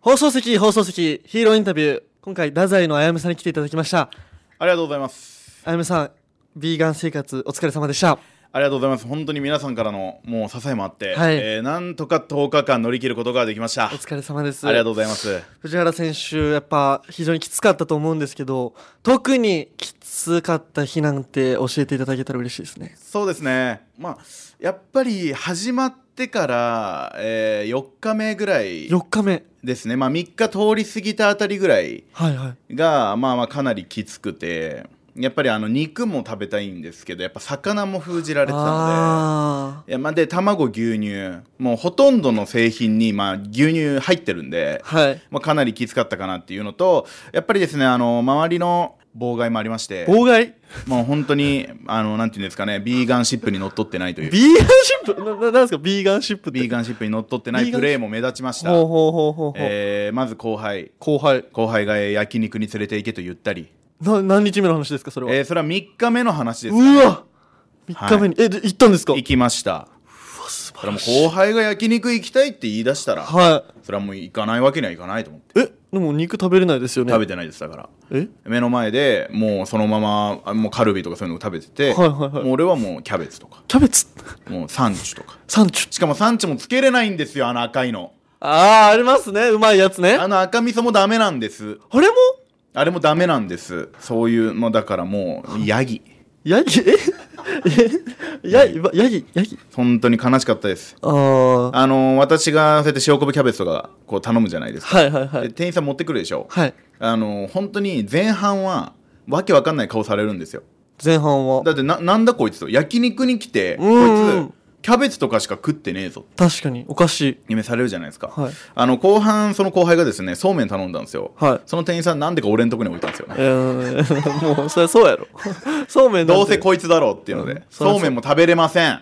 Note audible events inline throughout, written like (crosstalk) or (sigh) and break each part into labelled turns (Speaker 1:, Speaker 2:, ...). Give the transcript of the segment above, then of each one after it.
Speaker 1: 放送席、放送席、ヒーローインタビュー。今回、太宰のあやめさんに来ていただきました。
Speaker 2: ありがとうございます。
Speaker 1: あやめさん、ビーガン生活、お疲れ様でした。
Speaker 2: ありがとうございます。本当に皆さんからのもう支えもあって、
Speaker 1: はい
Speaker 2: えーなんとか10日間乗り切ることができました。あ
Speaker 1: お疲れ様です。
Speaker 2: りがとうございます。
Speaker 1: 藤原選手、やっぱ、非常にきつかったと思うんですけど、特にきつかった日なんて教えていただけたら嬉しいですね。
Speaker 2: そうですね。まあやっぱり始まってから、え4日目ぐらい
Speaker 1: 4日目。
Speaker 2: ですね。まあ3日通り過ぎたあたりぐらい
Speaker 1: はいはい。
Speaker 2: がまあまあかなりきつくて、やっぱりあの肉も食べたいんですけど、やっぱ魚も封じられてたので。
Speaker 1: あ
Speaker 2: いやまあ、で卵牛乳もうほとんどの製品に、まあ、牛乳入ってるんで
Speaker 1: ー。はい。
Speaker 2: まあ、かなりきつかったかなっていうのとやっぱりですねあの周りの妨害もありまして
Speaker 1: 妨害
Speaker 2: もう本当にあのなんていうんですかねビーガンシップにのっとってないというビ
Speaker 1: ビーガンシップな、ななんですかビーガンシップって。
Speaker 2: ーガンシップにのっとってな
Speaker 1: ビ
Speaker 2: い
Speaker 1: ーガン
Speaker 2: プレーも目立ちました、
Speaker 1: ほうほうほうほうほう。
Speaker 2: えーまず後輩
Speaker 1: 後輩。
Speaker 2: 後輩がえー焼肉に連れて行けと言ったり、
Speaker 1: な、何日目の話ですかそれは。
Speaker 2: えーそれは3日目の話です
Speaker 1: うわ3日目に、えで行ったんですか
Speaker 2: 行きました
Speaker 1: 素
Speaker 2: それはもう後輩が焼肉行きたいって言い出したら
Speaker 1: は
Speaker 2: それはもう行かないわけにはいかないと思って
Speaker 1: いえでも肉食べれないですよね
Speaker 2: 食べてないですだから
Speaker 1: え
Speaker 2: 目の前でもうそのままあもうカルビとかそういうのを食べてて、
Speaker 1: はいはいはい
Speaker 2: もう俺はもうキャベツとか
Speaker 1: キャベツ (laughs)
Speaker 2: もうサンチュとか
Speaker 1: サンチュ
Speaker 2: しかもサンチュもつけれないんですよあの赤いの
Speaker 1: ああありますねうまいやつね
Speaker 2: あ
Speaker 1: あ
Speaker 2: の赤味噌もダメなんです
Speaker 1: れも
Speaker 2: あれもダメなんですそういうのだからもうヤギ
Speaker 1: ヤギええヤギヤギヤギ
Speaker 2: 本当に悲しかったです
Speaker 1: ああは
Speaker 2: あのー私がそうやって塩昆布キャベツとかこう頼むじゃないですか、
Speaker 1: いはいは
Speaker 2: で
Speaker 1: い
Speaker 2: 店員さん持ってくるでしょ、
Speaker 1: はい
Speaker 2: あのー本当に前半はわけわかんない顔されるんですよ
Speaker 1: 前半は
Speaker 2: だってななんだこいつと焼肉に来てこ
Speaker 1: うん
Speaker 2: いつキャベツとかしか食ってねえぞ
Speaker 1: 確かにおかしい
Speaker 2: 夢されるじゃないですか、
Speaker 1: はい
Speaker 2: あの後半その後輩がですねそうめん頼んだんですよ、
Speaker 1: はい
Speaker 2: その店員さんなんでか俺のとこに置いたんですよね
Speaker 1: えー、 (laughs) もうそれそうやろそうめんなんて
Speaker 2: どうせこいつだろうっていうので、
Speaker 1: うんそりゃそう
Speaker 2: そうめんも食べれません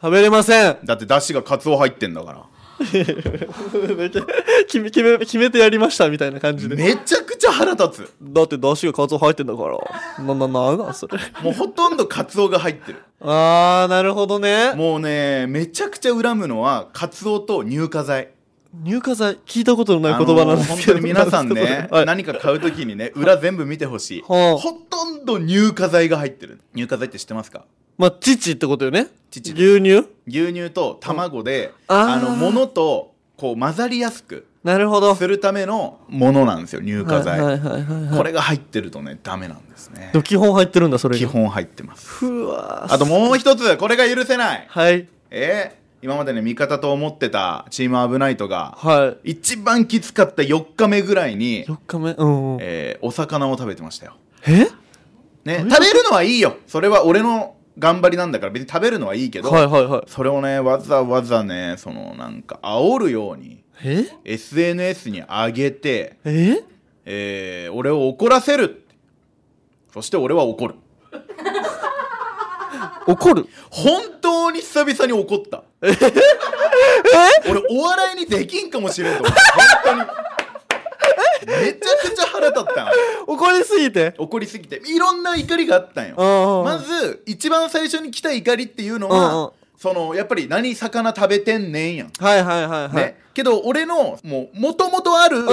Speaker 1: 食べれません (laughs)
Speaker 2: だってだしがカツオ入ってんだから
Speaker 1: 決め決め決めてやりましたみたいな感じで
Speaker 2: めちゃくちゃ腹立つ
Speaker 1: だってだしがカツオ入ってんだからなななんなんそれ
Speaker 2: もうほとんどカツオが入ってる
Speaker 1: あーなるほどね
Speaker 2: もうねめちゃくちゃ恨むのはカツオと乳化剤
Speaker 1: 入荷剤聞いたことのない言葉なんですけど、
Speaker 2: あのー本当に皆さんね、
Speaker 1: はい、
Speaker 2: 何か買うときにね裏全部見てほしい
Speaker 1: はあ
Speaker 2: ほとんど乳化剤が入ってる乳化剤って知ってますか
Speaker 1: まあ乳ってことよね
Speaker 2: 乳
Speaker 1: 牛乳
Speaker 2: 牛乳と卵で、
Speaker 1: あー
Speaker 2: あの物とこう混ざりやすく
Speaker 1: なるほど
Speaker 2: するためのものなんですよ乳化剤、
Speaker 1: はいはいはいはい、
Speaker 2: これが入ってるとねダメなんですね
Speaker 1: でも基本入ってるんだそれが
Speaker 2: 基本入ってます
Speaker 1: ふわー
Speaker 2: あともう一つこれが許せない
Speaker 1: はい
Speaker 2: えー今までね味方と思ってたチームアブナイトが
Speaker 1: はい
Speaker 2: 一番きつかった4日目ぐらいに、
Speaker 1: 4日目うんうんえ
Speaker 2: えーお魚を食べてましたよ、ね、
Speaker 1: どういうこと
Speaker 2: 食べるのはいいよそれは俺の頑張りなんだから別に食べるのはいいけど、
Speaker 1: はいはいはい
Speaker 2: それをねわざわざねそのなんか煽るように
Speaker 1: え
Speaker 2: SNS に上げて、
Speaker 1: え
Speaker 2: えー俺を怒らせるそして俺は怒る
Speaker 1: 怒る
Speaker 2: 本当に久々に怒った俺お笑いにできんかもしれんと思った本当にめちゃくちゃ腹立ったん
Speaker 1: 怒りすぎて
Speaker 2: 怒りすぎていろんな怒りがあったんよ
Speaker 1: うんうん
Speaker 2: まず一番最初に来た怒りっていうの
Speaker 1: うんうん
Speaker 2: はそのやっぱり何魚食べてんねんやん
Speaker 1: はいはいはいはい、
Speaker 2: ね、けど俺のもう元々ある
Speaker 1: うん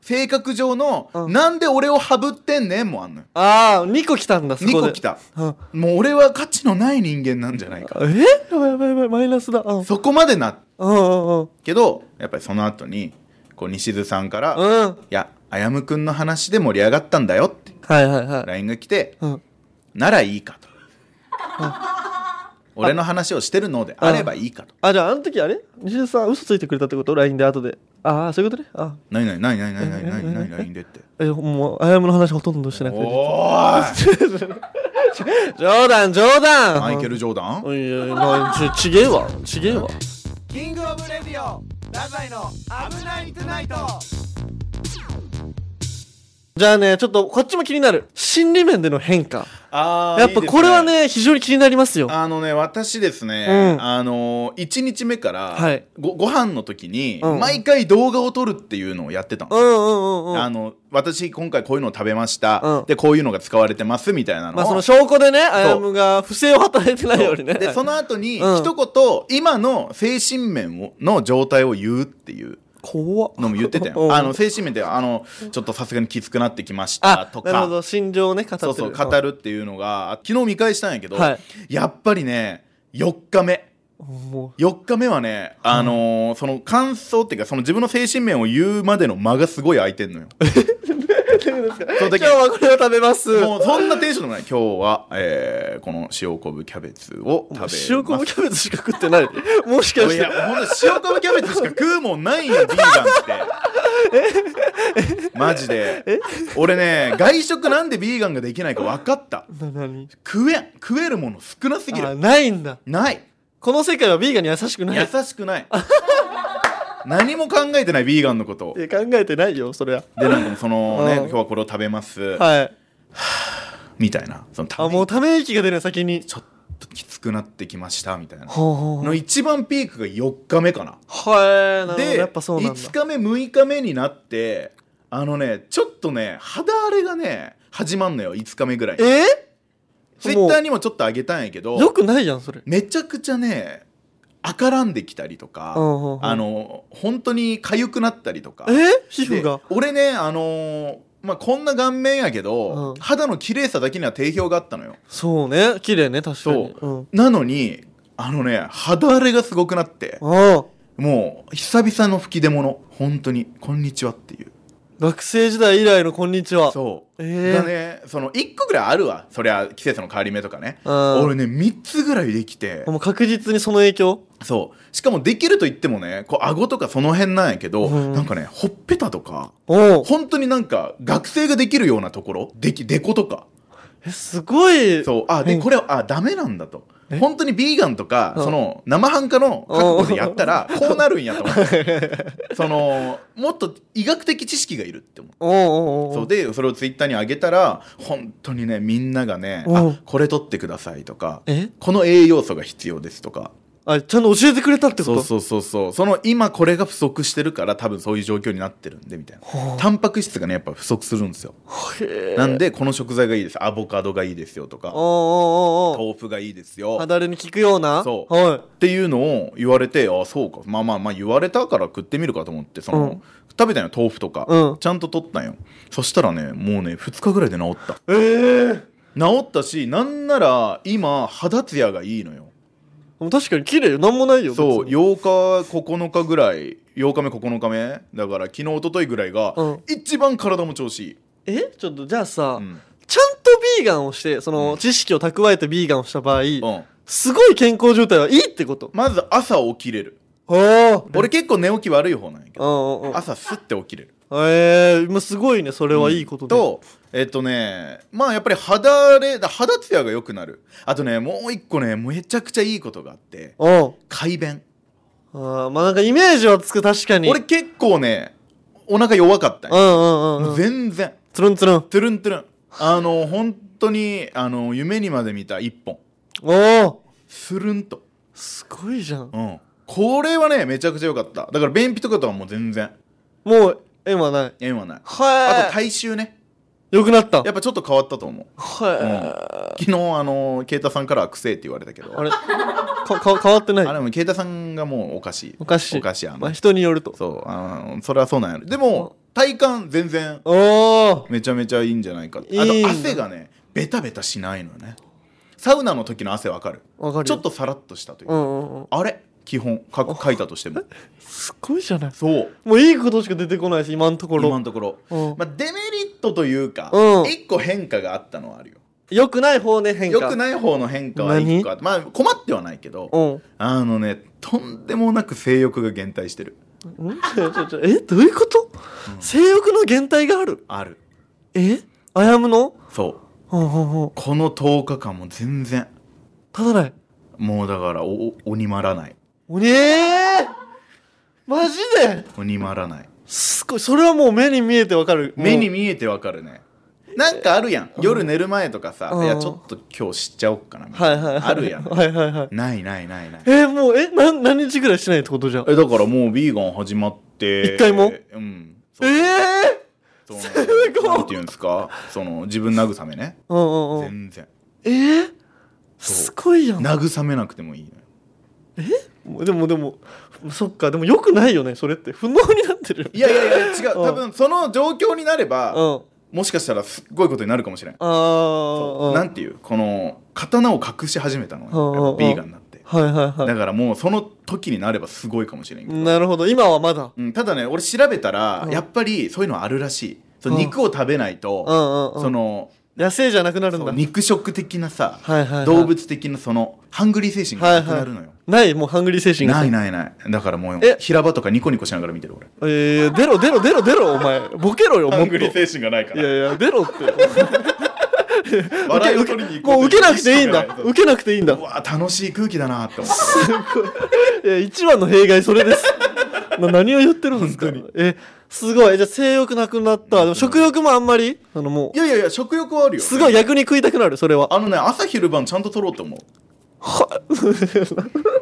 Speaker 2: 性格上の、
Speaker 1: うん
Speaker 2: なんで俺をハブってんねんもあんのよ
Speaker 1: ああ2個来たんだそこで
Speaker 2: 2個来た
Speaker 1: うん
Speaker 2: もう俺は価値のない人間なんじゃないか
Speaker 1: えやばいやばいやばいマイナスだうんうん
Speaker 2: そこまでな
Speaker 1: うんうん
Speaker 2: けどやっぱりその後にこう西津さんから「い
Speaker 1: うん
Speaker 2: やあやむくんの話で盛り上がったんだよ」って
Speaker 1: はいはいはい
Speaker 2: LINE が来て
Speaker 1: うん
Speaker 2: 「ならいいか」と「俺の話をしてるのであればいいか」と
Speaker 1: あ、じゃあ、あの時あれ西田さん、嘘ついてくれたってこと ?LINE で後で。ああ、そういうことね。あ
Speaker 2: 「何何何何何何
Speaker 1: え
Speaker 2: 何
Speaker 1: え
Speaker 2: 何 LINE で」って
Speaker 1: え、もう、あやむの話ほとんどして
Speaker 2: 「
Speaker 1: なくて。
Speaker 2: おーい
Speaker 1: 冗談、冗談
Speaker 2: マイケル・
Speaker 1: い
Speaker 2: ジョーダン」
Speaker 1: やいや、まあ、ち、ちげえわ。ちげえわ。
Speaker 2: キングオブレディオ太宰の危ないトゥナイト
Speaker 1: じゃあね、ちょっと、こっちも気になる。心理面での変化。
Speaker 2: あー
Speaker 1: やっぱ
Speaker 2: いいです
Speaker 1: これはね、非常に気になりますよ。
Speaker 2: あのね私ですね、
Speaker 1: うん
Speaker 2: あの1日目から、
Speaker 1: はい
Speaker 2: ごご飯の時に、
Speaker 1: うん
Speaker 2: 毎回動画を撮るっていうのをやってたの
Speaker 1: うんうんうんうん。
Speaker 2: あの私今回こういうのを食べました、
Speaker 1: うん
Speaker 2: でこういうのが使われてますみたいなのを、
Speaker 1: まあ、その証拠でね、あやむが不正を働いてないようにね。
Speaker 2: でその後に
Speaker 1: うん
Speaker 2: 一言、今の精神面をの状態を言うっていう
Speaker 1: 怖っ
Speaker 2: のも言ってた
Speaker 1: (laughs) うん
Speaker 2: よあの精神面であのちょっとさすがにきつくなってきました
Speaker 1: あ
Speaker 2: と
Speaker 1: なるほ
Speaker 2: か
Speaker 1: ど心情をね語って
Speaker 2: そ
Speaker 1: る
Speaker 2: うそう語るっていうのが昨日見返したんやけど、
Speaker 1: はい
Speaker 2: やっぱりね4日目
Speaker 1: も
Speaker 2: 4日目はね、あのーその感想っていうかその自分の精神面を言うまでの間がすごい空いてんのよ
Speaker 1: う
Speaker 2: その
Speaker 1: 今
Speaker 2: 時
Speaker 1: 日はこれを食べます
Speaker 2: もうそんなテンションでもない今日は、えーこの塩昆布キャベツを食べます
Speaker 1: 塩昆布キャベツしか食ってないもしかし
Speaker 2: い
Speaker 1: て
Speaker 2: やほんと塩昆布キャベツしか食うもんな
Speaker 1: (laughs)
Speaker 2: いよビーガンってマジで俺ね外食なんでビーガンができないか分かった
Speaker 1: な何
Speaker 2: 食えん食えるもの少なすぎ
Speaker 1: あ
Speaker 2: る
Speaker 1: ないんだ
Speaker 2: ない
Speaker 1: この世界はビーガンに優しくない
Speaker 2: 優しくない何も考えてないビーガンのこと
Speaker 1: いや考えてないよそりゃ
Speaker 2: でなんかその
Speaker 1: う
Speaker 2: ね
Speaker 1: ん
Speaker 2: 今日はこれを食べます、
Speaker 1: はい
Speaker 2: みたいなその
Speaker 1: あ
Speaker 2: た
Speaker 1: もうため息が出る先に
Speaker 2: ちょっときつくなってきましたみたいな
Speaker 1: ほうほう
Speaker 2: の一番ピークが4日目かな
Speaker 1: はいなるほど
Speaker 2: で
Speaker 1: やっぱそうなんだ
Speaker 2: 5日目6日目になってあのねちょっとね肌荒れがね始まんのよ5日目ぐらい
Speaker 1: え
Speaker 2: ツイッターにもちょっと上げたんやけ
Speaker 1: よ
Speaker 2: ど
Speaker 1: くないじゃんそれ
Speaker 2: めちゃくちゃね赤らんできたりとか、
Speaker 1: うんうんうん
Speaker 2: あの本当に痒くなったりとか
Speaker 1: え皮膚が
Speaker 2: で俺ねあのーまあこんな顔面やけ
Speaker 1: う
Speaker 2: ど、
Speaker 1: ん
Speaker 2: 肌の綺麗さだけには定評があったのよ
Speaker 1: そうね綺麗ね確かに
Speaker 2: そう
Speaker 1: うん
Speaker 2: なのにあのね肌荒れがすごくなって
Speaker 1: ああ
Speaker 2: もう久々の吹き出物本当に「こんにちは」っていう
Speaker 1: 学生時代以来のこんにちは
Speaker 2: そう、
Speaker 1: えー
Speaker 2: がねその1個ぐらいあるわそりゃ季節の変わり目とかね
Speaker 1: うん
Speaker 2: 俺ね3つぐらいできて
Speaker 1: もう確実にその影響
Speaker 2: そうしかもできると言ってもねこう顎とかその辺なんやけど、
Speaker 1: うん
Speaker 2: なんかねほっぺたとか
Speaker 1: おう
Speaker 2: 本当になんか学生ができるようなところできでことか
Speaker 1: えすごい
Speaker 2: そうあ
Speaker 1: う
Speaker 2: で
Speaker 1: ん
Speaker 2: これはあダメなんだと
Speaker 1: え
Speaker 2: 本当にビーガンとか
Speaker 1: うん
Speaker 2: その生半可の覚悟でやったらこうなるん
Speaker 1: (laughs)
Speaker 2: やと思ってそのもっと医学的知識がいるって思う
Speaker 1: おうおうおう
Speaker 2: そうでそれをツイッターに上げたら本当にねみんながね「
Speaker 1: うん
Speaker 2: あこれ取ってください」とか
Speaker 1: え
Speaker 2: 「この栄養素が必要です」とか
Speaker 1: あちゃんと教えてくれたってこ
Speaker 2: そう
Speaker 1: と
Speaker 2: そうそうそうその今これが不足してるから多分そういう状況になってるんでみたいな
Speaker 1: は
Speaker 2: タンパク質がねやっぱ不足するんですよ
Speaker 1: あへえ
Speaker 2: なんでこの食材がいいですアボカドがいいですよと
Speaker 1: お
Speaker 2: か
Speaker 1: うおうおうおう
Speaker 2: 豆腐がいいですよ
Speaker 1: 肌荒れに効くような
Speaker 2: そう
Speaker 1: はい
Speaker 2: っていうのを言われてあそうかまあまあまあ言われたから食ってみるかと思ってその、
Speaker 1: うん
Speaker 2: 食べたよ豆腐とか、
Speaker 1: うん
Speaker 2: ちゃんと取ったんよそしたらねもうね2日ぐらいで治った
Speaker 1: ええ
Speaker 2: 治ったしなんなら今肌ツヤがいいのよ
Speaker 1: 確かに綺麗よなんもないよ
Speaker 2: そう
Speaker 1: 別に
Speaker 2: 8日9日ぐらい8日目9日目だから昨日一昨日ぐらいが、
Speaker 1: うん
Speaker 2: 一番体も調子いい、
Speaker 1: えちょっとじゃあさ
Speaker 2: うん
Speaker 1: ちゃんとビーガンをしてその知識を蓄えてビーガンをした場合
Speaker 2: うん
Speaker 1: すごい健康状態はいいってこと
Speaker 2: まず朝起きれる
Speaker 1: ああ
Speaker 2: 俺結構寝起き悪い方なんやけ
Speaker 1: う
Speaker 2: ど
Speaker 1: んうんうん
Speaker 2: 朝すって起きれる
Speaker 1: ええ今すごいねそれはいいことで
Speaker 2: とえっとねまあやっぱり肌荒れだ肌ツヤが良くなるあとねもう一個ねめちゃくちゃいいことがあって
Speaker 1: うん
Speaker 2: 快便
Speaker 1: ああまあなんかイメージはつく確かに
Speaker 2: 俺結構ねお腹弱かったん
Speaker 1: う
Speaker 2: よ
Speaker 1: んうんうん
Speaker 2: もう
Speaker 1: うん
Speaker 2: 全然
Speaker 1: つるんつるん
Speaker 2: トゥルントゥルンあの本当にあの夢にまで見た一本
Speaker 1: おお
Speaker 2: スルンと
Speaker 1: すごいじゃん
Speaker 2: うんこれはねめちゃくちゃ良かっただから便秘とかとはもう全然
Speaker 1: もう縁はない
Speaker 2: 縁はないあと
Speaker 1: はい
Speaker 2: 体臭ね
Speaker 1: よくなった
Speaker 2: やっぱちょっと変わったと思う
Speaker 1: は
Speaker 2: 昨日あの慶太さんからはくせえって言われたけど
Speaker 1: いあれか (laughs) か変わって
Speaker 2: あ
Speaker 1: ない
Speaker 2: れも慶太さんがもうおかしい
Speaker 1: おかしい
Speaker 2: おかしいあの、
Speaker 1: まあ人によると
Speaker 2: そうあのそれはそうなんやろでも体感全然
Speaker 1: おお
Speaker 2: めちゃめちゃいいんじゃないかって
Speaker 1: い
Speaker 2: あ
Speaker 1: いん
Speaker 2: と
Speaker 1: だ
Speaker 2: 汗がねベタベタしないのよねサウナの時の汗わかる
Speaker 1: わかる
Speaker 2: ち
Speaker 1: よ
Speaker 2: ょっとさらっとしたとい
Speaker 1: う
Speaker 2: うか、
Speaker 1: んうんうん
Speaker 2: あれ基本か書いたとしても
Speaker 1: すごいじゃない
Speaker 2: そう
Speaker 1: もういいことしか出てこないし今のとこ
Speaker 2: 今
Speaker 1: ろ
Speaker 2: のところ、
Speaker 1: うん
Speaker 2: まあ、デメリットというか、
Speaker 1: うん
Speaker 2: 一個変化があったのはあるよ
Speaker 1: よくない方ね変化
Speaker 2: 良くない方の変化は一個あってまあ困ってはないけど、
Speaker 1: うん
Speaker 2: あのねとんでもなく性欲が減退してる
Speaker 1: んちょちょちょえどういうこと、性欲の減退がある
Speaker 2: ある
Speaker 1: えあやむの
Speaker 2: そう
Speaker 1: ほんほんほん
Speaker 2: この10日間も全然
Speaker 1: 立たない
Speaker 2: もうだからおお鬼まらない
Speaker 1: おにえー、マジで
Speaker 2: 鬼まらない
Speaker 1: すごいそれはもう目に見えてわかる
Speaker 2: 目に
Speaker 1: も
Speaker 2: 見えてわかるねなんかあるやん夜寝る前うとかさ
Speaker 1: うん
Speaker 2: いやちょっと今日知っちゃおっかなみ
Speaker 1: う
Speaker 2: た
Speaker 1: はいい
Speaker 2: な、
Speaker 1: はいはい
Speaker 2: あるやん、
Speaker 1: はいはいはい
Speaker 2: ないないないない
Speaker 1: えー、もうえなん何日ぐらいしてないってことじゃん
Speaker 2: えだからもうビーガン始まって
Speaker 1: 一回も
Speaker 2: うん
Speaker 1: え
Speaker 2: え
Speaker 1: え
Speaker 2: す
Speaker 1: ごい
Speaker 2: なんていうんですかその自分慰めね
Speaker 1: ー、うんうんうん
Speaker 2: 全然
Speaker 1: えー、
Speaker 2: そう
Speaker 1: すごいやん
Speaker 2: 慰めなくてもいいのよ
Speaker 1: もうでもでもそっかでもよくないよねそれって不能になってるよ
Speaker 2: いやいやいや違う
Speaker 1: うん
Speaker 2: 多分その状況になれ
Speaker 1: う
Speaker 2: ば
Speaker 1: ん
Speaker 2: もしかしたらすっごいことになるかもしれない
Speaker 1: ああ
Speaker 2: なんていうこの刀を隠し始めたのは
Speaker 1: うん
Speaker 2: ビーガンになって
Speaker 1: はいはいは
Speaker 2: だからもうその時になればすごいかもしれんけ
Speaker 1: い
Speaker 2: ど、
Speaker 1: なるほど今はまだ
Speaker 2: うん、ただね俺調べたら
Speaker 1: うん
Speaker 2: やっぱりそういうのあるらしいその
Speaker 1: うん
Speaker 2: 肉を食べない
Speaker 1: うん
Speaker 2: と
Speaker 1: うんうん
Speaker 2: その
Speaker 1: 野生じゃなくなるん
Speaker 2: そ
Speaker 1: だ
Speaker 2: う肉食的なさ
Speaker 1: はいはいはい
Speaker 2: 動物的なそのハングリー精神がなくなるのよ
Speaker 1: ないもうハングリー精神が
Speaker 2: ないないないだからもう
Speaker 1: え
Speaker 2: 平場とかニコニコしながら見てる俺
Speaker 1: えー、出ろ出ろ出ろ出ろお前ボケろよもっとい
Speaker 2: 精神がないか
Speaker 1: やいや出ろって
Speaker 2: 笑いを
Speaker 1: 受
Speaker 2: 取
Speaker 1: け
Speaker 2: りに行こ
Speaker 1: もう受
Speaker 2: と
Speaker 1: けなくていいんだ
Speaker 2: そう
Speaker 1: 受けなくていいんだ
Speaker 2: うわ楽しい空気だなって思う
Speaker 1: いや一番の弊害それです (laughs) な何を言ってるんですかえすごいじゃあ性欲なくなったでも食欲もあんまりあのも
Speaker 2: いやいやいや食欲はある
Speaker 1: う
Speaker 2: よ
Speaker 1: すごい逆に食いたくなるそれは
Speaker 2: あのね朝昼晩ちゃんと取ろうと思う
Speaker 1: は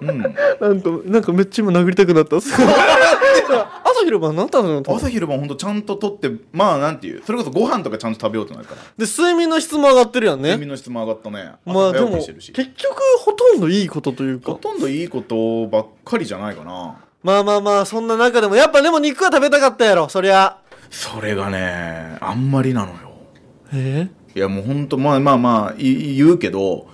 Speaker 2: う
Speaker 1: (laughs)
Speaker 2: ん
Speaker 1: なんかなんかめっちゃ今殴りたくなったすご
Speaker 2: (laughs)
Speaker 1: い朝昼晩何だろうな
Speaker 2: 朝昼晩ほんとちゃんと取ってまあなんていうそれこそご飯とかちゃんと食べようとなるから
Speaker 1: で睡眠の質も上がってるやん
Speaker 2: 睡眠
Speaker 1: ね
Speaker 2: の質も上がったね
Speaker 1: まあで
Speaker 2: 朝早
Speaker 1: も
Speaker 2: 起きしてる
Speaker 1: 結
Speaker 2: し
Speaker 1: 局ほとんどいいことという
Speaker 2: ほ
Speaker 1: か
Speaker 2: とんどいいことばっかりじゃないかな
Speaker 1: まあまあまあそんな中でもやっぱでも肉は食べたかったやろそりゃ
Speaker 2: それがねあんまりなのよ
Speaker 1: え
Speaker 2: いやもうほんとまあまあまあい言うけど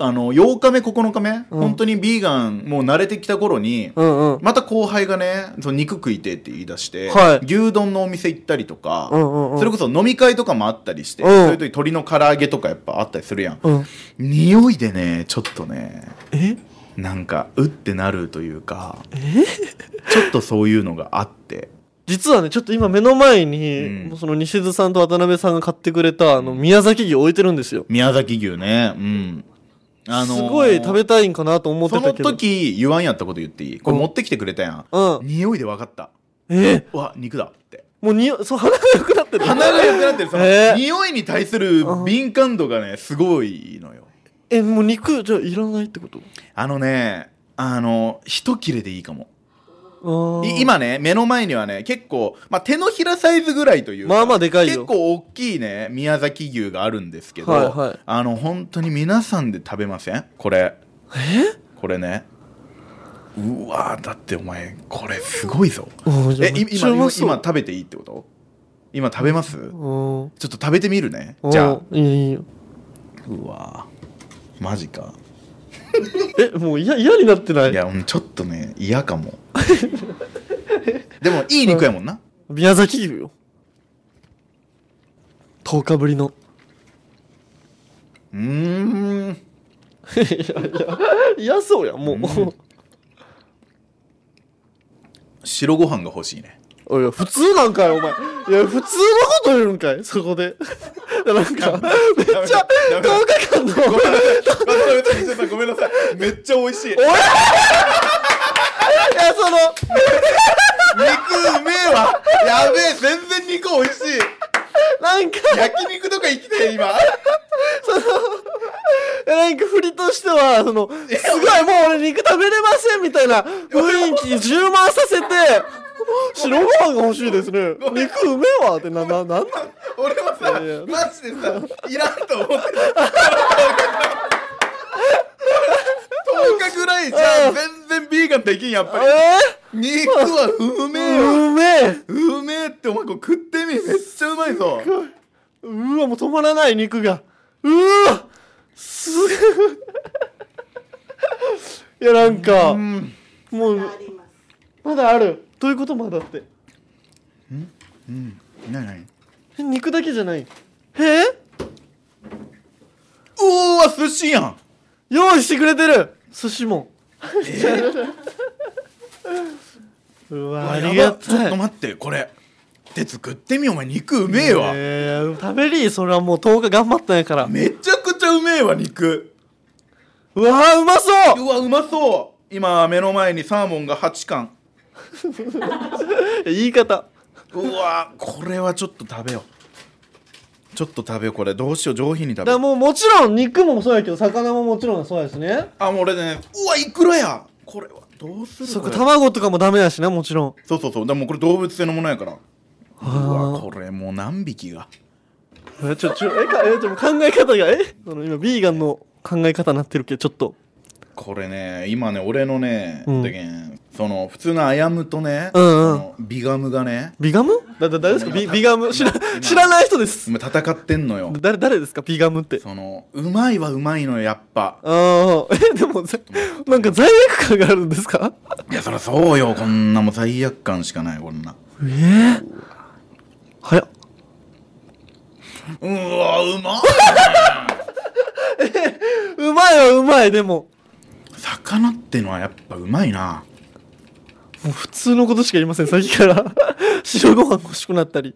Speaker 2: あの8日目9日目、
Speaker 1: うん
Speaker 2: 本当にビーガンもう慣れてきた頃に、
Speaker 1: うんうん
Speaker 2: また後輩がねその肉食いてえって言い出して、
Speaker 1: はい
Speaker 2: 牛丼のお店行ったりとか、
Speaker 1: うんうんうん
Speaker 2: それこそ飲み会とかもあったりして、
Speaker 1: うん
Speaker 2: そういう時鶏の唐揚げとかやっぱあったりするやん、
Speaker 1: うん
Speaker 2: 匂いでねちょっとね
Speaker 1: え
Speaker 2: なんかうってなるというかちょっとそういうのがあって
Speaker 1: 実はねちょっと今目の前に、
Speaker 2: うん
Speaker 1: もうその西津さんと渡辺さんが買ってくれたあの宮崎牛置いてるんですよ、
Speaker 2: 宮崎牛ねうん
Speaker 1: すごい食べたいんかなと思って
Speaker 2: そ
Speaker 1: た
Speaker 2: の
Speaker 1: けど
Speaker 2: 時言わんやったこと言っていいこれ
Speaker 1: うん
Speaker 2: 持ってきてくれたやん、
Speaker 1: うん
Speaker 2: 匂いで分かった
Speaker 1: え
Speaker 2: うわ肉だって
Speaker 1: もうにおそう鼻が良くなってる
Speaker 2: 鼻が良くなってるその、
Speaker 1: えー
Speaker 2: 匂いに対する敏感度がねすごいのよ
Speaker 1: えもう肉じゃあいらないってこと
Speaker 2: あのねあの一切れでいいかも
Speaker 1: あー
Speaker 2: い今ね目の前にはね結構、まあ、手のひらサイズぐらいというか
Speaker 1: まあまあでかいよ
Speaker 2: 結構大きいね宮崎牛があるんですけど、
Speaker 1: はいはい
Speaker 2: あの本当に皆さんで食べませんこれ
Speaker 1: え
Speaker 2: これねうわーだってお前これすごいぞ
Speaker 1: おーじゃあ
Speaker 2: え
Speaker 1: め
Speaker 2: い
Speaker 1: っちゃう
Speaker 2: 今今
Speaker 1: まそう
Speaker 2: 今食べていいってこと今食べますちょ
Speaker 1: お
Speaker 2: っと食べてみるね
Speaker 1: ー
Speaker 2: じゃあ
Speaker 1: おーいいよいいよ
Speaker 2: うわーマジか
Speaker 1: えもう嫌嫌になってない
Speaker 2: いやうんちょっとね嫌かも (laughs) でもいい肉やもんな
Speaker 1: 宮崎牛よ10日ぶりの
Speaker 2: うーん
Speaker 1: いやいや嫌そうやもう、
Speaker 2: ん白ご飯が欲しいね
Speaker 1: おいや普通なんかよお前いや普通のこと言うんかいそこで (laughs) なんかめっちゃ
Speaker 2: やめろ
Speaker 1: 10日間の
Speaker 2: ごめんなさいめっちゃ美味しい肉う
Speaker 1: いやその
Speaker 2: めえわやべえ全然肉美味しい
Speaker 1: なんか
Speaker 2: 焼肉とか生きて今
Speaker 1: なんか振りとしてはそのすごいもう俺肉食べれませんみたいな雰囲気充満させて白ご飯が欲しいですね
Speaker 2: ごめん
Speaker 1: 肉うめえわってなななんなん
Speaker 2: 俺もさ
Speaker 1: いやいや
Speaker 2: マジでさいらんと思って (laughs) た10日ぐらいじゃ全然ビーガンできんやっぱり
Speaker 1: え
Speaker 2: 肉はうめえわ
Speaker 1: ー、うめえ
Speaker 2: うめえってお前こう食ってみめっちゃうまいぞ
Speaker 1: うわもう止まらない肉がうわすごい (laughs) いやなんか、
Speaker 2: うん
Speaker 1: もうまだあるどういうことまだって
Speaker 2: うんなになに
Speaker 1: え肉だけじゃないへえ
Speaker 2: うわ寿司やん
Speaker 1: 用意してくれてる寿司もうわありが
Speaker 2: ちょ
Speaker 1: た
Speaker 2: っ
Speaker 1: い
Speaker 2: と待ってこれ鉄食ってみお前肉うめえわ
Speaker 1: えー食べりそれはもう10日頑張ったんやからうわ
Speaker 2: めちゃくちゃうめえわ肉
Speaker 1: ーうまそう
Speaker 2: うわうまそう今目の前にサーモンが8貫
Speaker 1: いや言い方
Speaker 2: うわこれはちょっと食べようちょっと食べようこれどうしよう上品に
Speaker 1: だ
Speaker 2: 食べ
Speaker 1: から
Speaker 2: よう
Speaker 1: もうもちろん肉もそうやけど魚ももちろんそうやしね
Speaker 2: あもう俺ねうわいくらやこれはどうする
Speaker 1: そっ
Speaker 2: こ
Speaker 1: か
Speaker 2: れ
Speaker 1: 卵とかもダメやしなもちろん
Speaker 2: そうそうそうでもこれ動物性のものやからうわ
Speaker 1: あ
Speaker 2: これもう何匹が
Speaker 1: あちょちょえかえちょ考え方がえその今ビーガンの考え方になってるけどちょっと
Speaker 2: これね今ね俺のね、
Speaker 1: うん
Speaker 2: だけんその普通のアヤムとね、
Speaker 1: うんうん
Speaker 2: あのビガムがね
Speaker 1: ビガムだ、だ、誰ですかビビガム知ら
Speaker 2: 今、
Speaker 1: 知らない人です。
Speaker 2: 今戦ってんのよ
Speaker 1: 誰、誰ですかビガムって。
Speaker 2: そのうまいはうまいのよやっぱ
Speaker 1: ああ、 (laughs) え、でも、ざなんか罪悪感があるんですか
Speaker 2: いやそりゃそうよこんなもう罪悪感しかないこんな
Speaker 1: ええ早っ。
Speaker 2: うわうまい
Speaker 1: うまいはうまい、でも。
Speaker 2: 魚ってのはやっぱうまいな
Speaker 1: もう普通のことしか言いません、さっきから。 (laughs) 白ご飯欲しくなったり。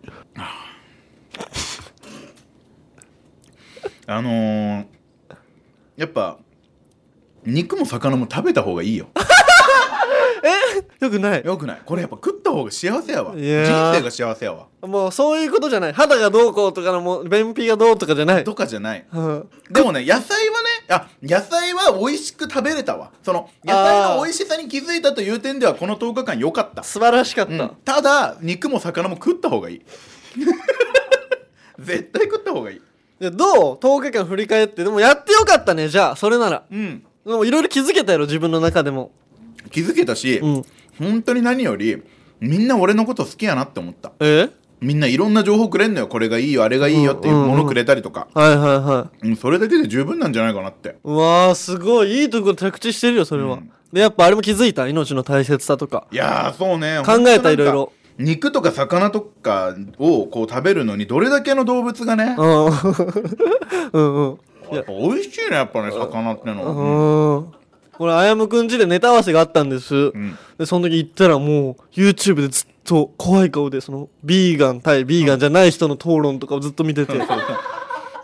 Speaker 2: あのー、やっぱ肉も魚も食べた方がいいよ
Speaker 1: よくない。
Speaker 2: よくないこれやっぱ食った方が幸せやわ人
Speaker 1: いやー
Speaker 2: 生が幸せやわ
Speaker 1: もうそういうことじゃない。肌がどうこうとかのもう、便秘がどうとかじゃない。
Speaker 2: とかじゃない
Speaker 1: うん。
Speaker 2: でもね野菜はねあ野菜は美味しく食べれたわその野菜の美味しさに気づいたという点ではこの10日間良かった
Speaker 1: 素晴らしかった。
Speaker 2: うんただ肉も魚も食った方がいい (laughs) 絶対食った方がいい
Speaker 1: でどう ?10 日間振り返って。でもやってよかったね、じゃあ、それなら。
Speaker 2: うん
Speaker 1: でもいろいろ気づけたやろ、自分の中でも。
Speaker 2: 気づけたし、
Speaker 1: うん。
Speaker 2: 本当に何よりみんな俺のこと好きやなって思った
Speaker 1: え
Speaker 2: みんないろんな情報くれんのよこれがいいよあれがいいよっていうものくれたりとか、
Speaker 1: はいはいはい。
Speaker 2: うんそれだけで十分なんじゃないかなって
Speaker 1: うわー、すごい。いいとこ着地してるよ、それは。
Speaker 2: うん
Speaker 1: で、やっぱあれも気づいた。命の大切さとか。
Speaker 2: いやーそうね
Speaker 1: 考えた
Speaker 2: 本当なんか
Speaker 1: いろいろ
Speaker 2: 肉とか魚とかをこう食べるのにどれだけの動物がね
Speaker 1: うん。うんうん。い
Speaker 2: やっぱ美味しいねやっぱね魚って
Speaker 1: う
Speaker 2: のは
Speaker 1: ーん。これ、あやむくんちでネタ合わせがあったんです。
Speaker 2: うん
Speaker 1: で、その時行ったらもう、YouTube でずっと怖い顔で、その、ビーガン対ビーガンじゃない人の討論とかをずっと見てて。で、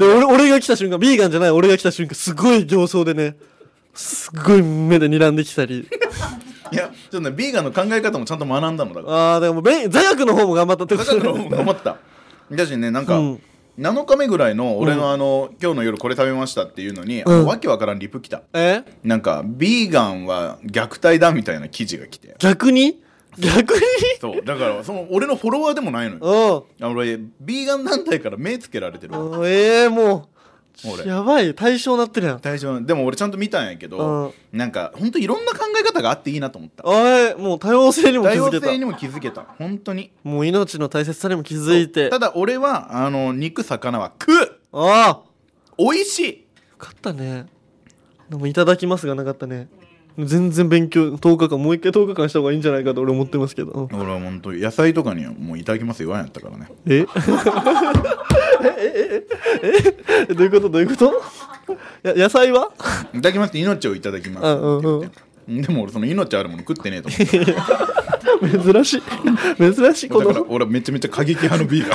Speaker 1: 俺、俺が来た瞬間、ビーガンじゃない俺が来た瞬間、すごい形相でね、すっごい目で睨んできたり。
Speaker 2: いやちょっとねビーガンの考え方もちゃんと学んだのだから
Speaker 1: あー、でも、べん座学の方も頑張ったってこ
Speaker 2: だか
Speaker 1: と
Speaker 2: ら
Speaker 1: ね。
Speaker 2: 俺も頑張っただしねなんか、
Speaker 1: うん
Speaker 2: 7日目ぐらいの俺のあの、今日の夜これ食べましたっていうのに、
Speaker 1: う
Speaker 2: あの
Speaker 1: ん
Speaker 2: わけわからんリプ来た
Speaker 1: え
Speaker 2: なんかビーガンは虐待だみたいな記事が来て
Speaker 1: 逆に逆に
Speaker 2: そうだからその俺のフォロワーでもないのよ
Speaker 1: うん。
Speaker 2: あ俺ビーガン団体から目つけられてるわ
Speaker 1: うんええも
Speaker 2: 俺
Speaker 1: う、やばい。対象なってるやん。
Speaker 2: 大丈夫でも俺ちゃんと見たんやけど、なんかほんといろんな考え方があっていいなと思った
Speaker 1: おい、もう多様性にも気
Speaker 2: 多様
Speaker 1: づけた
Speaker 2: 性。にも気づけた本当に
Speaker 1: もう命の大切さにも気づいて。
Speaker 2: た
Speaker 1: あ
Speaker 2: だ俺はあの肉魚は食う
Speaker 1: あ
Speaker 2: 美味しい
Speaker 1: よかったね。でもいただきますがなかったね。全然勉強、10日間、もう一回10日間した方がいいんじゃないかと俺思ってますけど。うん
Speaker 2: 俺は本当に野菜とかにはもういただきますよ言わんやったからね
Speaker 1: ええええええどういうことどういうことや野菜はい
Speaker 2: ただきますって命をいただきますって言って、でも俺その命あるもの食ってねえと思って
Speaker 1: (laughs) 珍しい。珍しい、こ
Speaker 2: だから
Speaker 1: の。
Speaker 2: 俺めちゃめちゃ過激派のビーガ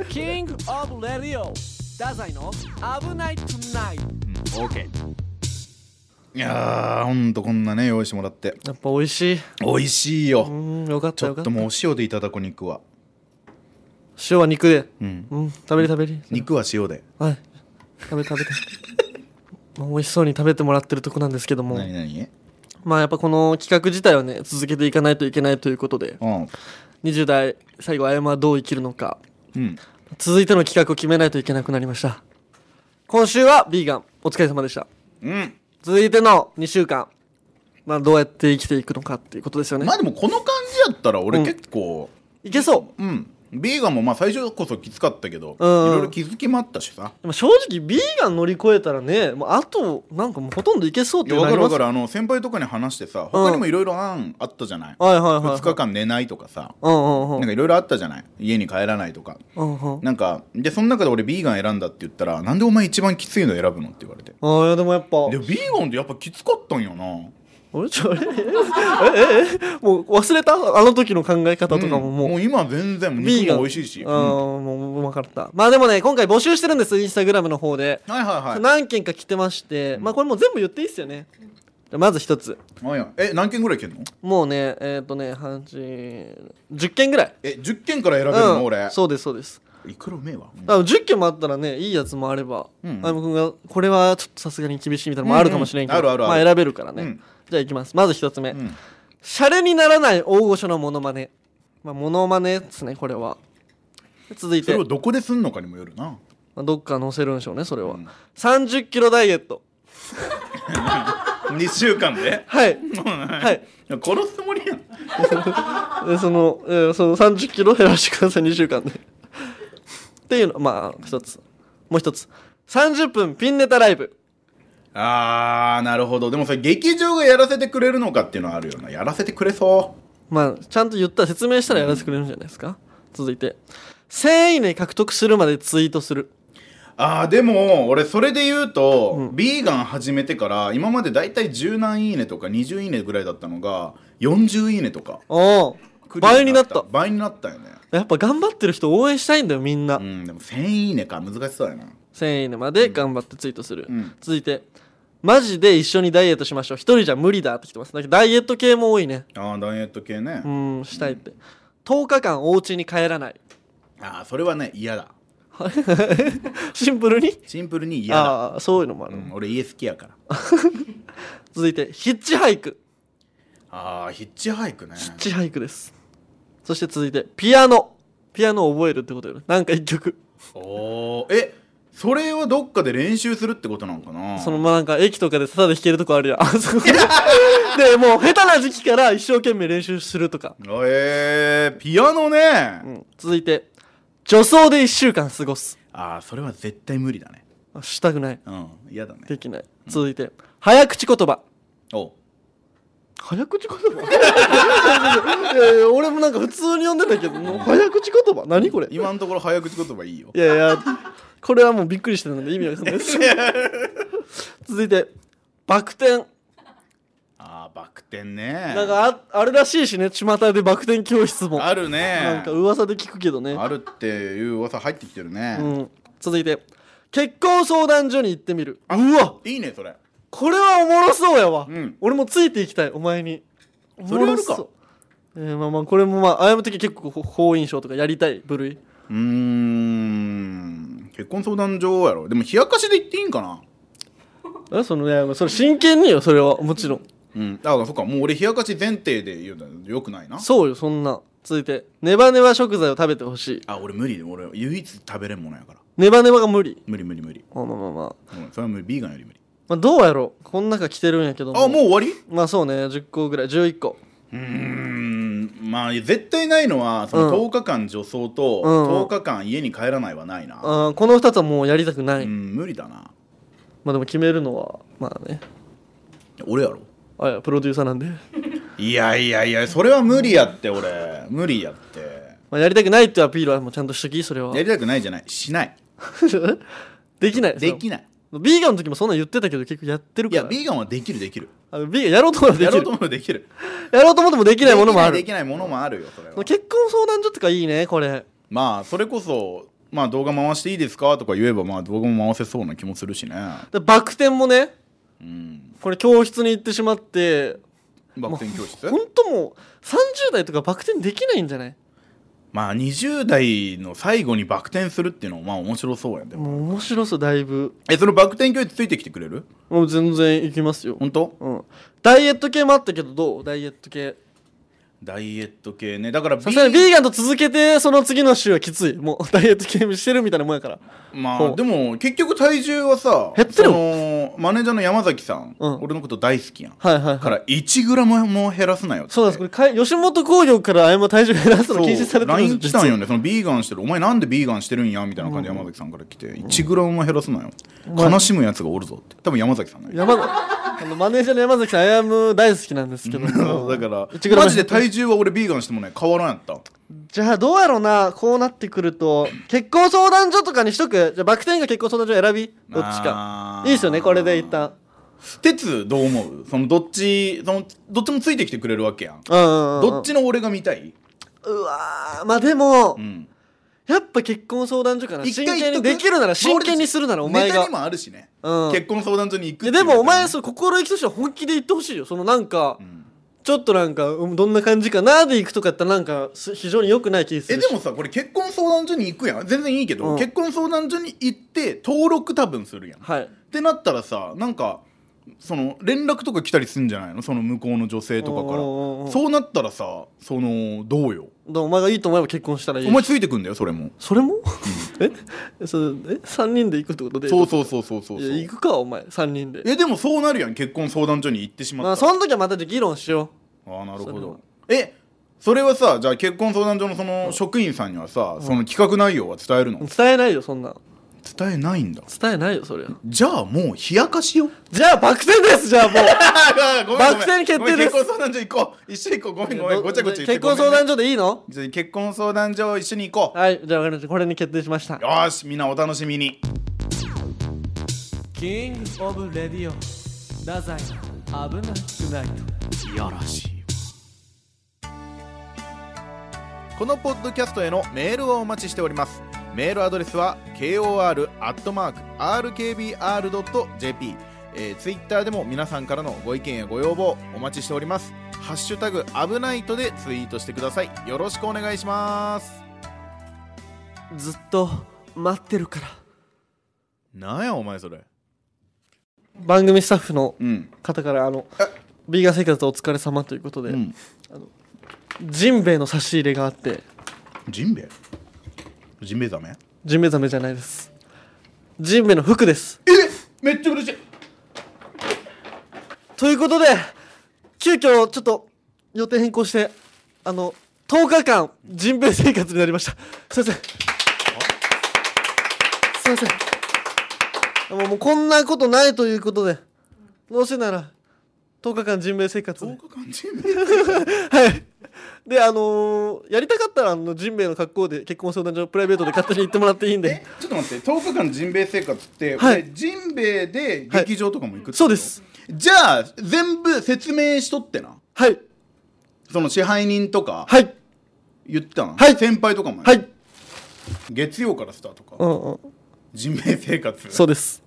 Speaker 2: ン
Speaker 3: キングオブレディオダザイの危ないトゥナイト
Speaker 2: オーケーいやーほんとこんなね用意してもらって
Speaker 1: やっぱ美味しい。
Speaker 2: 美味しいよ、
Speaker 1: うん、よかっ
Speaker 2: ち
Speaker 1: た
Speaker 2: ょ
Speaker 1: よかっ
Speaker 2: っと
Speaker 1: た。
Speaker 2: もうお塩でいただこう肉は
Speaker 1: 塩は肉で。
Speaker 2: うん
Speaker 1: うん、食べり食べり。
Speaker 2: 肉は塩で
Speaker 1: はい。食べ食べて。 (laughs) まあ美味しそうに食べてもらってるとこなんですけども。
Speaker 2: 何何
Speaker 1: まあやっぱこの企画自体はね、続けていかないといけないということで、
Speaker 2: うん
Speaker 1: 20代最後、あやまはどう生きるのか、
Speaker 2: うん
Speaker 1: 続いての企画を決めないといけなくなりました。今週はビーガン、お疲れ様でした。
Speaker 2: うん
Speaker 1: 続いての2週間、まあどうやって生きていくのかっていうことですよね
Speaker 2: ま。あでもこの感じやったら俺
Speaker 1: うん
Speaker 2: 結構
Speaker 1: いけそう
Speaker 2: うん、ビーガンもまあ最初こそきつかったけど、
Speaker 1: うんうん
Speaker 2: いろいろ気づきもあったしさ
Speaker 1: でも正直、ビーガン乗り越えたらね、もうあと、なんかもうほとんどいけそうっ
Speaker 2: い
Speaker 1: て
Speaker 2: や
Speaker 1: な
Speaker 2: 分か
Speaker 1: り
Speaker 2: る
Speaker 1: ま
Speaker 2: 分
Speaker 1: す
Speaker 2: かるあの先輩とかに話してさ他にもいろいろ案あったじゃない、
Speaker 1: はいはいはい、はい。
Speaker 2: 2日間寝ないとかさ
Speaker 1: うんうんうん
Speaker 2: なん。かいろいろあったじゃない家に帰らないとか
Speaker 1: うんうん。
Speaker 2: なんかでその中で俺ビーガン選んだって言ったらなんでお前一番きついの選ぶのって言われて
Speaker 1: ああ、いやでもやっぱ。
Speaker 2: でビーガンってやっぱきつかったんよな
Speaker 1: あれちょあれええええもう忘れたあの時の考え方とかも
Speaker 2: うん
Speaker 1: もう、
Speaker 2: もう今全然もう肉も美味しいし、
Speaker 1: あ
Speaker 2: うん
Speaker 1: ーもう分かったまあでもね今回募集してるんですインスタグラムの方で、
Speaker 2: はいはいは
Speaker 1: 何件か来てまして、まあこれもう全部言っていいっすよねまず一つ
Speaker 2: いはいはいえ何件ぐらいいけんの
Speaker 1: もうねえっ、とね8 10件ぐらい
Speaker 2: え10件から選べるの、
Speaker 1: うん
Speaker 2: 俺
Speaker 1: そうですそうです
Speaker 2: いくらうめえわ、うん
Speaker 1: だから10件もあったらねいいやつもあれば
Speaker 2: う
Speaker 1: あ
Speaker 2: ん
Speaker 1: やむくんがこれはちょっとさすがに厳しいみたいなのもあるかもしれんけど、
Speaker 2: うんうんあるあるある
Speaker 1: まあ選べるからね、
Speaker 2: うん
Speaker 1: じゃあいきますまず一つ目、
Speaker 2: うん
Speaker 1: シャレにならない大御所のモノマネ。まあ、モノマネですね、これは。続い
Speaker 2: そ
Speaker 1: て、
Speaker 2: れを
Speaker 1: ま
Speaker 2: どこですんのかにもよるな
Speaker 1: あ、どっか載せるんでしょうね、それは。
Speaker 2: うん
Speaker 1: 30キロダイエット。
Speaker 2: 2週間で
Speaker 1: はい
Speaker 2: (laughs)
Speaker 1: (laughs)
Speaker 2: はい殺すつもりやん
Speaker 1: でその,、えーその3 0キロ減らしてください2週間でっていうのまあ一つもう一つ30分ピンネタライブ
Speaker 2: あーなるほどでもそれ劇場がやらせてくれるのかっていうのはあるよなやらせてくれそ
Speaker 1: まあちゃんと言ったら説明したらやらせてくれるんじゃないですか続いて1000いいね獲得するまでツイートする
Speaker 2: うあーでも俺それで言うと、ビーガン始めてから今までだいたい10何いいねとか20いいねぐらいだったのが40いいねとか
Speaker 1: おお倍になった
Speaker 2: 倍になったよね
Speaker 1: やっぱ頑張ってる人応援したいんだよみんな、
Speaker 2: うんでも1000いいねか難しそうやな
Speaker 1: 1000いいねまで頑張ってツイートする、
Speaker 2: うん
Speaker 1: 続いてマジで一緒にダイエットしましょう一人じゃ無理だって来てますだけどダイエット系も多いね
Speaker 2: あーダイエット系ね、
Speaker 1: うんしたいって10日間お家に帰ら
Speaker 2: (laughs)
Speaker 1: ない
Speaker 2: あーそれはね嫌だ
Speaker 1: シンプルに
Speaker 2: シンプルに嫌だ、
Speaker 1: ああーそういうのもあ
Speaker 2: う
Speaker 1: る、
Speaker 2: ん、俺家好きやから
Speaker 1: 続いてヒッチハイク
Speaker 2: あーヒッチハイクね
Speaker 1: ヒッチハイクですそして続いてピアノピアノを覚えるってことよねなんか一曲
Speaker 2: おーえそれはどっかで練習するってことなんかな
Speaker 1: そのまあなんか駅とかでタダで弾けるとこあるや (laughs) んあそこでもう下手な時期から一生懸命練習するとか、
Speaker 2: えー、ピアノね、
Speaker 1: うん、続いて女装で1週間過ごす
Speaker 2: ああそれは絶対無理だね
Speaker 1: あしたくない
Speaker 2: うん嫌だね
Speaker 1: できない続いて早口言葉
Speaker 2: お
Speaker 1: 早口言葉 (laughs) いやいや俺もなんか普通に読んでたけどもう早口言葉何これ
Speaker 2: 今のところ早口言葉いいよ
Speaker 1: いやいや、これはもうびっくりしてたので意味わかんないです。続いて、バク転。
Speaker 2: (laughs) ああバク転ね
Speaker 1: なんかああれらしいしね、巷でバク転教室も。
Speaker 2: あるね
Speaker 1: なんか噂で聞くけどね。
Speaker 2: あるっていう噂入ってきてるね、
Speaker 1: うん、続いて、結婚相談所に行ってみる。うわ
Speaker 2: いいねそれ
Speaker 1: これはおもろそうやわ、
Speaker 2: うん
Speaker 1: 俺もついていきたい、お前に。
Speaker 2: それやるか
Speaker 1: おもろそう。えー、まあまあ、これもまあ、あやむ的に結構好印象とかやりたい部類。
Speaker 2: うーん結婚相談所やろでも冷やかしで言っていいんかな
Speaker 1: えそのね、それ真剣によ、それは。もちろん。
Speaker 2: うんあそっかもう俺冷やかし前提で言うのよくないな
Speaker 1: そうよ、そんな。続いて、ネバネバ食材を食べてほしい。
Speaker 2: あ俺無理で俺唯一食べれんものやから
Speaker 1: ネバネバが無理
Speaker 2: 無理無理無理
Speaker 1: まあまあまあまあ、
Speaker 2: うんそれは無理ビーガンより無理
Speaker 1: まあ、どうやろうこん中来てるんやけど
Speaker 2: あもう終わり
Speaker 1: まあそうね10個ぐらい11個
Speaker 2: うーんまあ絶対ないのはその
Speaker 1: うん
Speaker 2: 10日間女装と
Speaker 1: うん
Speaker 2: 10日間家に帰らないはないな、うん
Speaker 1: あーこの2つはもうやりたくない、
Speaker 2: 無理だな
Speaker 1: まあでも決めるのはまあね
Speaker 2: 俺やろ
Speaker 1: あいやプロデューサーなんで、 (laughs)
Speaker 2: いやいやいやそれは無理やって俺無理やって
Speaker 1: まあ、やりたくないっていうアピールはもうちゃんとしときそれは
Speaker 2: やりたくないじゃないしない
Speaker 1: (laughs) できない
Speaker 2: できない
Speaker 1: それビーガンの時もそんなん言ってたけど結構やってる
Speaker 2: い
Speaker 1: から
Speaker 2: やビーガンはできるできる
Speaker 1: あのビーガンやろうと思えばで
Speaker 2: や
Speaker 1: き
Speaker 2: ろう
Speaker 1: る
Speaker 2: と思えばできる
Speaker 1: やろうと思ってもできないものもある
Speaker 2: できないできないものもあるよそれは
Speaker 1: 結婚相談所とかいいねこれ
Speaker 2: まあそれこそまあ動画回していいですかとか言えばまあ動画も回せそうな気もするしね
Speaker 1: でバク転もね
Speaker 2: うん
Speaker 1: これ教室に行ってしまって
Speaker 2: バク転教室
Speaker 1: 本当もう30代とかバク転できないんじゃない
Speaker 2: まあ20代の最後にバク転するっていうのもまあ面白そうやんでも
Speaker 1: もう面白そうだいぶ
Speaker 2: えそのバク転教室ついてきてくれる
Speaker 1: もう全然いきますよ、
Speaker 2: 本当
Speaker 1: うん、ダイエット系もあったけどどうダイエット系
Speaker 2: ダイエット系ねだからビ
Speaker 1: さすがにビーガンと続けてその次の週はきついもう (laughs) ダイエット系してるみたいなもんやから
Speaker 2: ま
Speaker 1: そ
Speaker 2: あ
Speaker 1: う
Speaker 2: でも結局体重はさ
Speaker 1: 減ってる
Speaker 2: そのマネージャーの山崎さん、
Speaker 1: うん
Speaker 2: 俺のこと大好きやん、
Speaker 1: はいはい
Speaker 2: か
Speaker 1: はい
Speaker 2: ら 1g も減らすなよって
Speaker 1: そうなんですこれかい吉本興業からあやま体重減らす
Speaker 2: そ
Speaker 1: の
Speaker 2: う
Speaker 1: 禁止されてる
Speaker 2: LINE
Speaker 1: んで
Speaker 2: 来
Speaker 1: すよ実
Speaker 2: たんよ
Speaker 1: は
Speaker 2: ねそのビーガンしてるお前なんでビーガンしてるんやみたいな感じで山崎さんから来て 1g も減らすなよ
Speaker 1: まあ
Speaker 2: 悲しむやつがおるぞって多分山崎さんね
Speaker 1: 山 (laughs) あのマネージャーの山崎さんあやむ大好きなんですけど
Speaker 2: (laughs) だか
Speaker 1: 1グラ
Speaker 2: ら
Speaker 1: ム
Speaker 2: マジで体重は俺ビーガンしてもね変わらんやった
Speaker 1: じゃあどうやろうなこうなってくると結婚相談所とかにしとくじゃあバク転が結婚相談所選びどっちか
Speaker 2: あー
Speaker 1: いいですよねこれで一旦
Speaker 2: 鉄どう思うそのどっちそのどっちもついてきてくれるわけやん
Speaker 1: うんうんうんうん
Speaker 2: どっちの俺が見たいう
Speaker 1: わーまあでも、
Speaker 2: うん
Speaker 1: やっぱ結婚相談所かな真
Speaker 2: 言
Speaker 1: 剣
Speaker 2: っと
Speaker 1: に
Speaker 2: く
Speaker 1: できるな
Speaker 2: ま
Speaker 1: ら
Speaker 2: あ
Speaker 1: 真剣にするならお前
Speaker 2: ネタ
Speaker 1: が
Speaker 2: にもあるしね
Speaker 1: うん
Speaker 2: 結婚相談所に行く
Speaker 1: い
Speaker 2: っ
Speaker 1: や
Speaker 2: てい
Speaker 1: で
Speaker 2: う
Speaker 1: もお前そう心意気としては本気で言ってほしいよそのなんか、
Speaker 2: ん
Speaker 1: ちょっとなんかうんどんな感じかなで行くとかやったらなんかす非常に良くない気す
Speaker 2: え
Speaker 1: る
Speaker 2: で
Speaker 1: し
Speaker 2: もさこれ結婚相談所に行くやん全然いいけど、
Speaker 1: うん
Speaker 2: 結婚相談所に行って登録多分するやんっ
Speaker 1: はい
Speaker 2: てなったらさなんかその連絡とか来たりすんじゃないのその向こうの女性とかか
Speaker 1: おうおう
Speaker 2: ら
Speaker 1: おうおう
Speaker 2: そうなったらさそのどうよ
Speaker 1: だからお前がいいと思えば結婚したらいい
Speaker 2: お前ついてくんだよそれも
Speaker 1: それも (laughs) えそれえ3人で行くってことで
Speaker 2: そうそうそうそうそうそう
Speaker 1: や行くかお前3人で
Speaker 2: えでもそうなるやん結婚相談所に行ってし
Speaker 1: ま
Speaker 2: ま
Speaker 1: あ
Speaker 2: ったら
Speaker 1: その時はまたじゃあ議論しよ
Speaker 2: ああなる
Speaker 1: そ
Speaker 2: ほ
Speaker 1: れは
Speaker 2: どえそれはさじゃあ結婚相談所のその職員さんにはさ、その企画内容は伝えるの、
Speaker 1: う伝えないよそんなの
Speaker 2: 伝えないんだ
Speaker 1: 伝えないよそれは
Speaker 2: じゃあもう冷やかしよ
Speaker 1: じゃあバク転ですじゃあもう
Speaker 2: ごめんごめん
Speaker 1: 爆戦決定です
Speaker 2: ごめん結婚相談所行こう一緒に行こうご (laughs) めんごめんごちゃごちゃ言って
Speaker 1: 結婚相
Speaker 2: ごめ
Speaker 1: 談
Speaker 2: んね
Speaker 1: 所でいいの
Speaker 2: じゃあ結婚相談所一緒に行こう
Speaker 1: はいじゃあ分かりましたこれに決定しました
Speaker 2: よーしみんなお楽しみに
Speaker 3: キングオブレディオ太宰の危なくないと
Speaker 2: いやらしいこのポッドキャストへのメールをお待ちしておりますメールアドレスは kor.rkbr.jp えー、ツイッターでも皆さんからのご意見やご要望お待ちしておりますハッシュタグ危ないとでツイートしてくださいよろしくお願いします
Speaker 3: ずっと待ってるから
Speaker 2: なんやお前それ
Speaker 1: 番組スタッフの
Speaker 2: うん
Speaker 1: 方からあの
Speaker 2: え
Speaker 1: ビーガン生活お疲れ様ということで、
Speaker 2: うん
Speaker 1: ジンベエの差し入れがあって
Speaker 2: ジンベエジンベエザメ
Speaker 1: ジンベエザメじゃないですジンベエの服です
Speaker 2: えめっちゃ嬉しい
Speaker 1: ということで急遽ちょっと予定変更してあの10日間ジンベエ生活になりましたすいませんすいませんもうもうこんなことないということでどうせなら10日間ジンベエ生活で
Speaker 2: 10日間ジンベエ
Speaker 1: はい。で、あのーやりたかったら、あの、ジンベエの格好で結婚相談所プライベートで勝手に行ってもらっていいん
Speaker 2: え
Speaker 1: で。
Speaker 2: (laughs) ちょっと待って10日間ジンベエ生活って、
Speaker 1: はい
Speaker 2: 俺ジンベエで劇場とかも行くってこと
Speaker 1: そうです。
Speaker 2: じゃあ全部説明しとってな
Speaker 1: はい。
Speaker 2: その支配人とか
Speaker 1: はい。
Speaker 2: 言ってたな、
Speaker 1: はい
Speaker 2: 先輩とかも、
Speaker 1: はい。
Speaker 2: 月曜からスタートか、
Speaker 1: うんうん。
Speaker 2: ジンベエ生活
Speaker 1: そうです。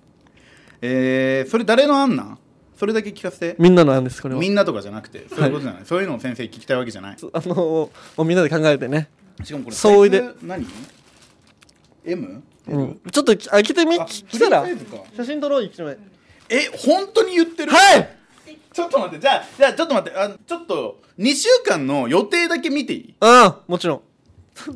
Speaker 2: えー、それ誰の案なんそれだけ聞かせて
Speaker 1: みんなの案です、これは。
Speaker 2: みんなとかじゃなくてそういうこと
Speaker 1: はい
Speaker 2: じゃない、そういうのを先生に聞きたいわけじゃな
Speaker 1: あ
Speaker 2: い
Speaker 1: のーもうみんなで考えてね。
Speaker 2: しかもこれ
Speaker 1: そういで
Speaker 2: サイズ何 M?
Speaker 1: うん。ちょっとき、開けてみ、
Speaker 2: あ
Speaker 1: 来たら
Speaker 2: フリーサイズか、
Speaker 1: 写真撮ろう、一枚。
Speaker 2: え本当に言ってる
Speaker 1: はい
Speaker 2: ちょっと待ってじゃあじゃあちょっと待ってあちょっと2週間の予定だけ見ていい
Speaker 1: うん、もちろん。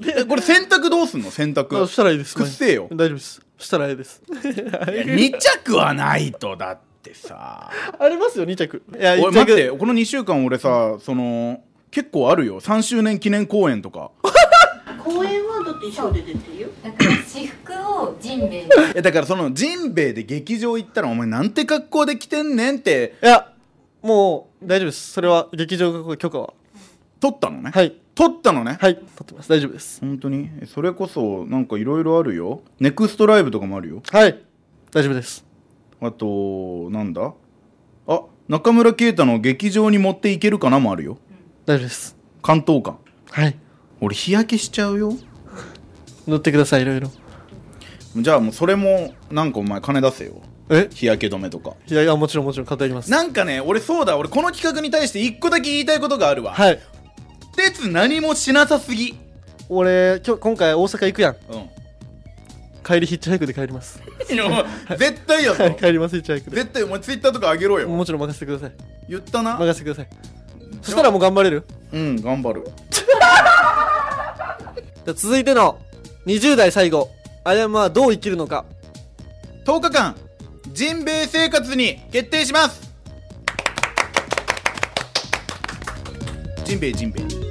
Speaker 2: えこれ洗濯どうすんの
Speaker 1: あ
Speaker 2: 洗濯
Speaker 1: したらいいです。
Speaker 2: くっせえよ
Speaker 1: 大丈夫です。したらいい
Speaker 2: (laughs)
Speaker 1: です。
Speaker 2: 2着はないとだってさ
Speaker 1: ありますよ、2着。いや、
Speaker 2: おい
Speaker 1: 1
Speaker 2: 待って
Speaker 1: 着。
Speaker 2: この2週間俺さその結構あるよ3周年記念公演
Speaker 1: (laughs)
Speaker 2: とか
Speaker 4: 公園はだって衣装で出てるよ
Speaker 5: だから私服をジンベエに
Speaker 2: いやだからそのジンベエで劇場行ったらお前なんて格好で来てんねんって
Speaker 1: いや、もう、大丈夫です。それは、劇場が許可は。
Speaker 2: 撮ったのね、
Speaker 1: はい。
Speaker 2: 撮ったのね、
Speaker 1: はい、撮ってます。大丈夫です。
Speaker 2: 本当にえそれこそなんかいろいろあるよネクストライブとかもあるよ
Speaker 1: はい。大丈夫です。
Speaker 2: あとなんだあ中村啓太の劇場に持っていけるかなもあるよ
Speaker 1: 大丈夫です。
Speaker 2: 関東館
Speaker 1: はい。
Speaker 2: 俺日焼けしちゃうよ
Speaker 1: 乗ってください、いろいろ。
Speaker 2: じゃあもうそれもなんかお前金出せよ
Speaker 1: え
Speaker 2: 日焼け止めとか
Speaker 1: いやいや、もちろんもちろん買ってあげます。
Speaker 2: なんかね俺そうだ俺この企画に対して一個だけ言いたいことがあるわ
Speaker 1: はい。
Speaker 2: 鉄何もしなさすぎ
Speaker 1: 俺、今日、今回大阪行くやん。
Speaker 2: うん
Speaker 1: 帰りヒッチハイクで帰ります。
Speaker 2: いやもう絶対やぞ
Speaker 1: はい、 (laughs) 帰ります、ヒッチハイクで。
Speaker 2: 絶対お前ツイッターとかあげろよ
Speaker 1: もちろん任せてください。
Speaker 2: 言ったな
Speaker 1: 任せてください。そしたらもう頑張れる
Speaker 2: うん頑張る
Speaker 1: じゃあ続いての20代最後、アヤムはどう生きるのか。
Speaker 2: 10日間ジンベエ生活に決定しますジンベエジンベエ